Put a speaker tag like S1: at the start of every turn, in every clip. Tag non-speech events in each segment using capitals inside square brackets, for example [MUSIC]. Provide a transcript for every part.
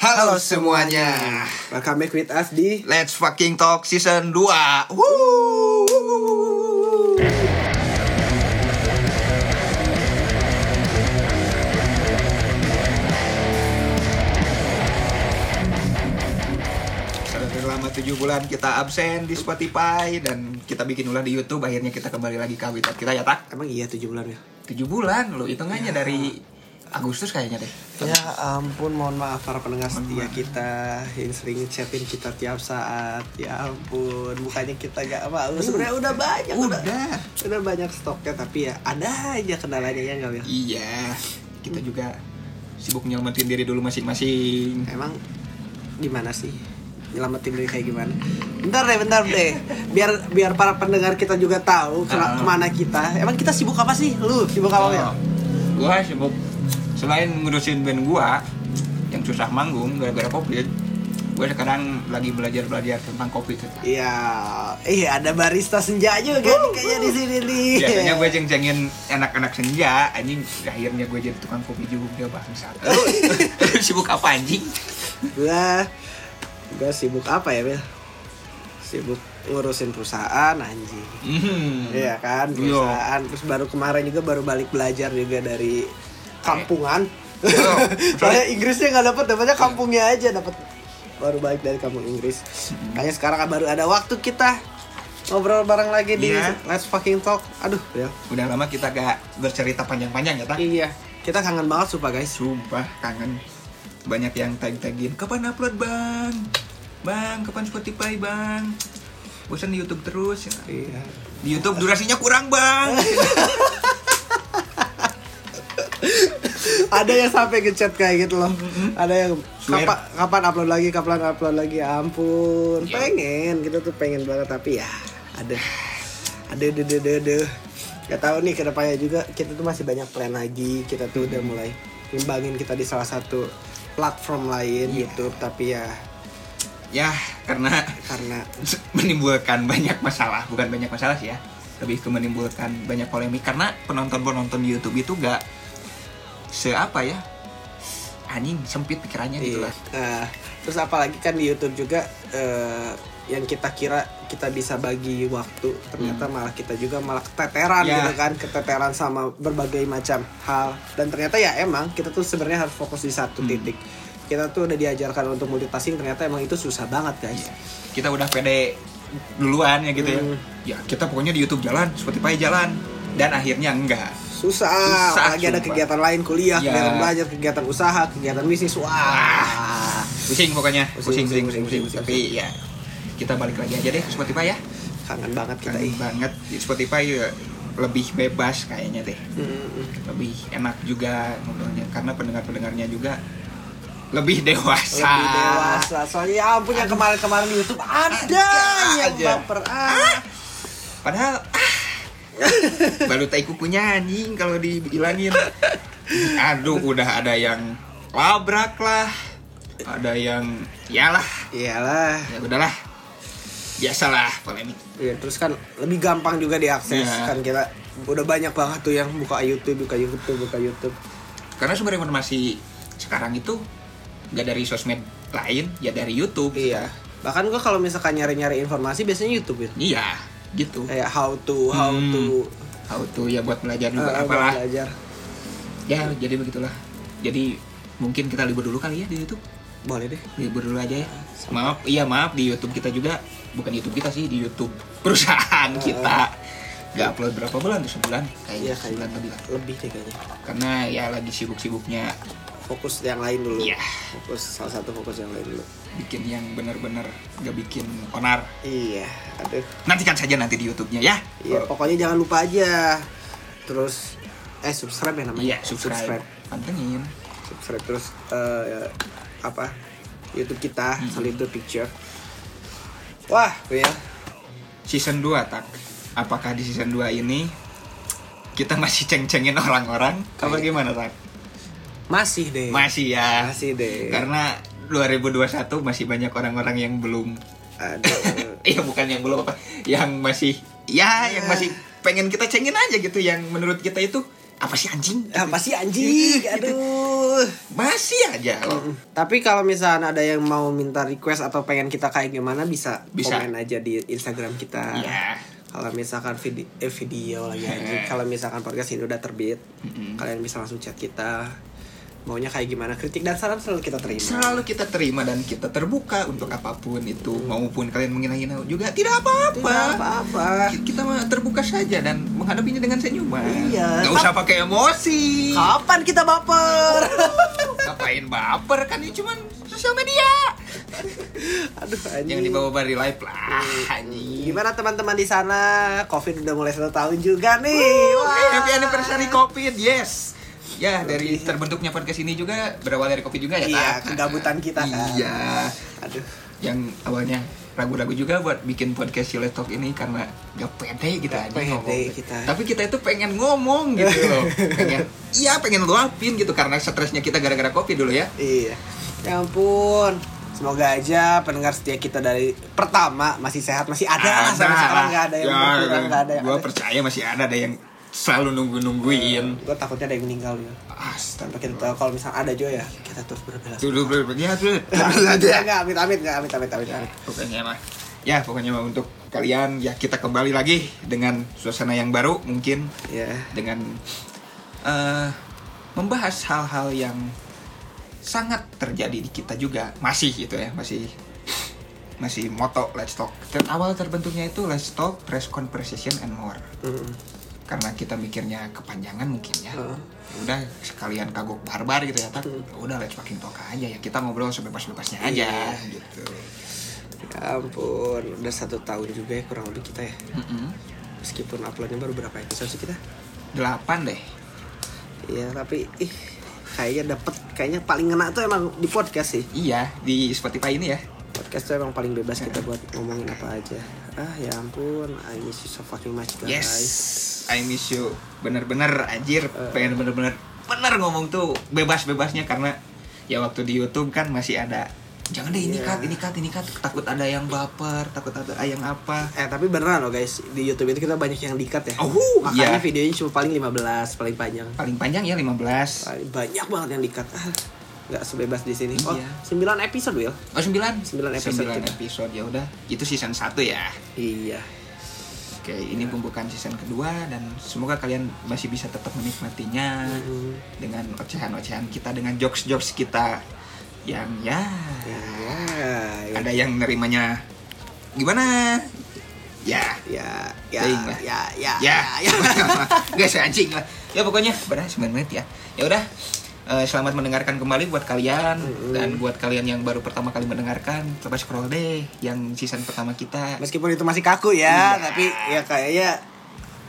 S1: Halo semuanya.
S2: Welcome back with us di
S1: Let's fucking talk season 2. Woo! Selama 7 bulan kita absen di Spotify dan kita bikin ulah di YouTube akhirnya kita kembali lagi ke habitat kita ya tak
S2: Emang iya 7 bulan ya?
S1: 7 bulan loh hitungannya dari Agustus kayaknya deh
S2: Ya ampun, mohon maaf para pendengar setia kita yang sering chatin kita tiap saat. Ya ampun, bukannya kita gak mau. Sebenarnya udah banyak, udah.
S1: Ya, Udah.
S2: udah banyak stoknya tapi ya ada aja kendalanya ya nggak ya?
S1: Iya, kita
S2: Hmm.
S1: juga sibuk nyelamatin diri dulu masing-masing.
S2: Emang gimana sih? Nyelamatin diri kayak gimana? Bentar deh, bentar deh. Biar biar para pendengar kita juga tahu ke-
S1: Ah.
S2: kemana kita. Emang kita sibuk apa sih? Lu sibuk apa ya?
S1: Oh, Gua sibuk selain ngurusin band gua yang susah manggung gara-gara covid, gua sekarang lagi belajar-belajar tentang covid.
S2: Iya, iya ada barista senja juga nih kayaknya di sini nih. [LAUGHS]
S1: Biasanya gue ceng-cengin anak-anak senja, anjing akhirnya gue jadi tukang kopi juga
S2: [LAUGHS]
S1: bangsa. Lu, lu sibuk apa anjing?
S2: Gua- gua sibuk apa ya, Bel? Sibuk ngurusin perusahaan anjing.
S1: Mhm.
S2: Iya kan,
S1: Iya.
S2: perusahaan. Terus baru kemarin juga baru balik belajar juga dari kampungan.
S1: Iya,
S2: [LAUGHS] Soalnya Inggrisnya nggak dapat, dapatnya kampungnya aja dapat. Baru balik dari kampung Inggris.
S1: Hmm.
S2: Kayaknya sekarang baru ada waktu kita ngobrol bareng lagi di
S1: Iya.
S2: Let's Fucking Talk. Aduh, Bel.
S1: Udah lama kita gak bercerita panjang-panjang ya, tak?
S2: Iya, kita kangen banget sumpah guys.
S1: Sumpah kangen Banyak yang tag-tagin Kapan upload bang? Bang, kapan Spotify bang? Bosan di Youtube terus
S2: Iya.
S1: Di Youtube durasinya kurang bang
S2: ada yang sampai ngechat kayak gitu loh ada yang
S1: Swear.
S2: kapan kapan upload lagi kapan upload lagi Ya ampun
S1: Iya.
S2: pengen kita tuh pengen banget tapi ya ada ada ada ada ada nggak tahu nih kedepannya juga kita tuh masih banyak plan lagi kita tuh udah mulai ngembangin kita di salah satu platform lain
S1: Iya.
S2: YouTube tapi ya
S1: Ya, karena [LAUGHS]
S2: karena
S1: menimbulkan banyak masalah Bukan banyak masalah sih ya Lebih ke menimbulkan banyak polemik Karena penonton-penonton di Youtube itu gak Seapa ya Anjing, sempit pikirannya gitu
S2: Iya.
S1: lah
S2: Nah, terus apalagi kan di YouTube juga eh, yang kita kira kita bisa bagi waktu ternyata malah kita juga malah keteteran
S1: Hmm. Ya.
S2: gitu kan keteteran sama berbagai macam hal dan ternyata ya emang kita tuh sebenarnya harus fokus di satu
S1: Hmm.
S2: titik kita tuh udah diajarkan untuk multitasking ternyata emang itu susah banget
S1: Iya.
S2: guys
S1: kita udah pede duluan ya gitu ya.
S2: Hmm.
S1: Ya kita pokoknya di YouTube jalan, Spotify jalan, dan akhirnya enggak.
S2: susah,
S1: Susah,
S2: apalagi ada
S1: sumpah.
S2: kegiatan lain kuliah
S1: Ya.
S2: kegiatan belajar kegiatan usaha kegiatan bisnis wah
S1: Ah, Pusing pokoknya, pusing pusing
S2: Pusing,
S1: pusing, pusing,
S2: pusing, pusing,
S1: Tapi ya kita balik lagi aja deh ke Spotify ya.
S2: kangen banget kita iya.
S1: Keren
S2: ih.
S1: banget di Spotify ya, lebih bebas kayaknya deh.
S2: Mm-mm.
S1: Lebih enak juga ngobrolnya karena pendengar-pendengarnya juga lebih dewasa.
S2: lebih dewasa soalnya ya ampun yang kemarin-kemarin di YouTube ada
S1: Ada
S2: yang
S1: aja.
S2: baper ah.
S1: Padahal ah,
S2: [LAUGHS]
S1: baru tai kukunya anjing kalau dibilangin. Aduh, udah ada yang labrak lah. Ada yang yalah,
S2: iyalah
S1: ya udahlah. Biasalah polemik.
S2: ya, terus kan lebih gampang juga diakses
S1: Iya.
S2: kan kita udah banyak banget tuh yang buka YouTube buka YouTube buka YouTube
S1: Karena sumber informasi sekarang itu nggak dari sosmed lain, ya dari YouTube.
S2: iya bahkan gua kalau misalkan nyari-nyari informasi biasanya YouTube ya
S1: Iya, gitu.
S2: kayak how to how
S1: Hmm.
S2: to
S1: How to ya buat belajar
S2: eh,
S1: juga
S2: buat
S1: apalah.
S2: belajar
S1: Ya, jadi begitulah. Jadi mungkin kita libur dulu kali ya di YouTube.
S2: boleh deh
S1: libur dulu aja ya maaf iya maaf di YouTube kita juga bukan YouTube kita sih di YouTube perusahaan kita nggak upload berapa bulan tuh sebulan kayaknya
S2: Oh. iya
S1: sebulan
S2: kayaknya
S1: lebih lah
S2: lebih deh kayaknya
S1: karena ya lagi sibuk-sibuknya
S2: fokus yang lain dulu
S1: Iya.
S2: fokus salah satu fokus yang lain dulu
S1: bikin yang bener-bener gak bikin onar
S2: iya aduh
S1: nantikan saja nanti di YouTube-nya ya
S2: Iya, pokoknya jangan lupa aja. Terus eh subscribe ya namanya.
S1: iya subscribe, pantengin
S2: Subscribe terus eh, apa? YouTube kita,
S1: Hmm.
S2: Salib the Picture. Wah, ya.
S1: season 2 tak apakah di season 2 ini kita masih ceng-cengin orang-orang
S2: Iya.
S1: apa gimana tak
S2: Masih deh.
S1: masih ya
S2: Iya. Masih deh.
S1: karena 2021 masih banyak orang-orang yang belum
S2: Aduh.
S1: [LAUGHS] Iya bukan yang belum apa, yang masih ya yang masih pengen kita cengin aja gitu yang menurut kita itu apa sih anjing
S2: apa sih Ah, anjing
S1: [LAUGHS]
S2: aduh
S1: masih aja lo
S2: tapi kalau misalnya ada yang mau minta request atau pengen kita kayak gimana bisa,
S1: Bisa.
S2: komen aja di Instagram kita
S1: ya
S2: kalau misalkan vide- eh, video
S1: [LAUGHS]
S2: lagi anjing. kalau misalkan podcast ini udah terbit
S1: Mm-mm.
S2: kalian bisa langsung chat kita maunya kayak gimana kritik dan saran selalu kita terima
S1: selalu kita terima dan kita terbuka untuk apapun itu maupun kalian menghina-hina juga tidak apa-apa
S2: Tidak apa-apa
S1: Ki- kita mah terbuka saja dan menghadapinya dengan senyuman
S2: Iya.
S1: nggak usah pakai emosi
S2: kapan kita baper [LAUGHS]
S1: ngapain baper kan ini cuman sosial media
S2: aduh
S1: jangan
S2: anjing
S1: dibawa bari live lah
S2: Iya,
S1: anjing
S2: gimana teman-teman di sana covid udah mulai satu tahun juga nih Wah.
S1: happy anniversary covid yes ya dari terbentuknya podcast ini juga berawal dari covid juga ya
S2: iya
S1: Kak?
S2: kegabutan kita kan
S1: iya
S2: aduh
S1: yang awalnya ragu-ragu juga buat bikin podcast Chile Talk ini karena gak pede gitu aja
S2: pede
S1: ngomong.
S2: kita.
S1: Tapi kita itu pengen ngomong gitu
S2: [LAUGHS]
S1: loh. Pengen, iya pengen luapin gitu karena stresnya kita gara-gara kopi dulu ya.
S2: Iya. Ya ampun. Semoga aja pendengar setia kita dari pertama masih sehat, masih ada lah sampai sekarang nggak ada yang berkurang, nggak ada yang
S1: Gue
S2: ada.
S1: Ya, percaya masih ada ada yang selalu nunggu-nungguin.
S2: Gua takutnya ada yang meninggal ya. Tanpa kita tahu kalau misalnya ada juga ya, kita terus berbela.
S1: Dulu berarti
S2: [LAUGHS] Enggak,
S1: aja.
S2: enggak, amit, amit, enggak, amit, amit, amit, amit.
S1: Pokoknya mah. Ya pokoknya mah untuk kalian ya kita kembali lagi dengan suasana yang baru mungkin
S2: Ya.
S1: dengan eh, membahas hal-hal yang sangat terjadi di kita juga masih gitu ya masih masih moto let's talk dan awal terbentuknya itu let's talk press conversation and more
S2: Mm.
S1: karena kita mikirnya kepanjangan mungkin ya
S2: Heeh.
S1: Ya udah sekalian kagok barbar gitu ya tak Ya udah let's fucking talk aja ya kita ngobrol sebebas-bebasnya aja gitu
S2: Ya ampun, udah satu tahun juga ya kurang lebih kita ya.
S1: Mm-mm.
S2: Meskipun uploadnya baru berapa episode sih kita?
S1: delapan deh
S2: Iya, tapi ih, kayaknya dapet, kayaknya paling ngena tuh emang di podcast sih.
S1: iya di Spotify ini ya
S2: podcast tuh emang paling bebas kita buat ngomongin apa aja ah ya ampun I miss you so fucking much guys
S1: Yes, I miss you. Bener-bener anjir,
S2: Eh.
S1: pengen bener-bener bener ngomong tuh bebas-bebasnya karena ya waktu di YouTube kan masih ada jangan deh ini
S2: Iya.
S1: cut, ini cut, ini cut. Takut ada yang baper, takut ada yang apa.
S2: eh tapi beneran loh guys di YouTube itu kita banyak yang dikat ya
S1: Oh,
S2: makanya
S1: iya.
S2: videonya cuma paling 15 paling panjang
S1: Paling panjang ya 15.
S2: Paling- banyak banget yang dikat ah, nggak sebebas di sini oh
S1: Iya.
S2: 9 episode Will
S1: Oh, 9.
S2: Sembilan episode kita.
S1: episode ya udah. Itu season 1 ya.
S2: iya
S1: Oke, ini pembukaan season kedua dan semoga kalian masih bisa tetap menikmatinya
S2: Mhm.
S1: dengan ocehan-ocehan kita dengan jokes-jokes kita yang
S2: ya, ya.
S1: ada yang nerimanya gimana ya
S2: ya ya
S1: Ting lah.
S2: ya ya
S1: ya ya [LAUGHS] nggak sih anjing lah ya pokoknya berapa 9 menit ya ya udah Eh, selamat mendengarkan kembali buat kalian
S2: Mm-mm.
S1: dan buat kalian yang baru pertama kali mendengarkan coba scroll deh yang season pertama kita
S2: meskipun itu masih kaku
S1: Iya.
S2: ya tapi ya kayaknya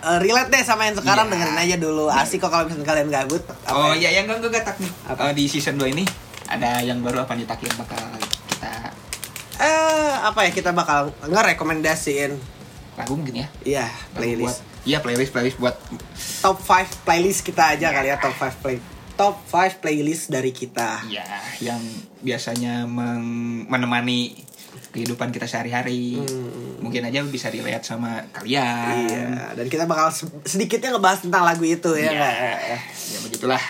S2: eh, relate deh sama yang sekarang
S1: Iya.
S2: dengerin aja dulu asik kok kalau misalnya kalian gabut Apa
S1: oh
S2: ya?
S1: iya yang gak gatak nih
S2: Apa?
S1: Eh, di season 2 ini ada yang baru apa nih tak yang bakal kita
S2: eh apa ya kita bakal ngerekomendasiin
S1: lagu mungkin ya
S2: ya
S1: Lagu buat
S2: playlist
S1: iya playlist playlist buat
S2: top 5 playlist kita aja kali ya top 5 play top 5 playlist dari kita
S1: ya yang biasanya meng- menemani kehidupan kita sehari-hari mungkin aja bisa dilihat sama kalian
S2: iya dan kita bakal se- sedikitnya ngebahas tentang lagu itu
S1: Iya.
S2: ya nggak?
S1: ya begitulah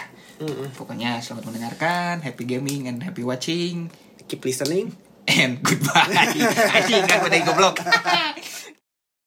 S1: pokoknya selamat mendengarkan happy gaming and happy watching
S2: keep listening
S1: [LAUGHS] and goodbye anjing kan goblok [LAUGHS]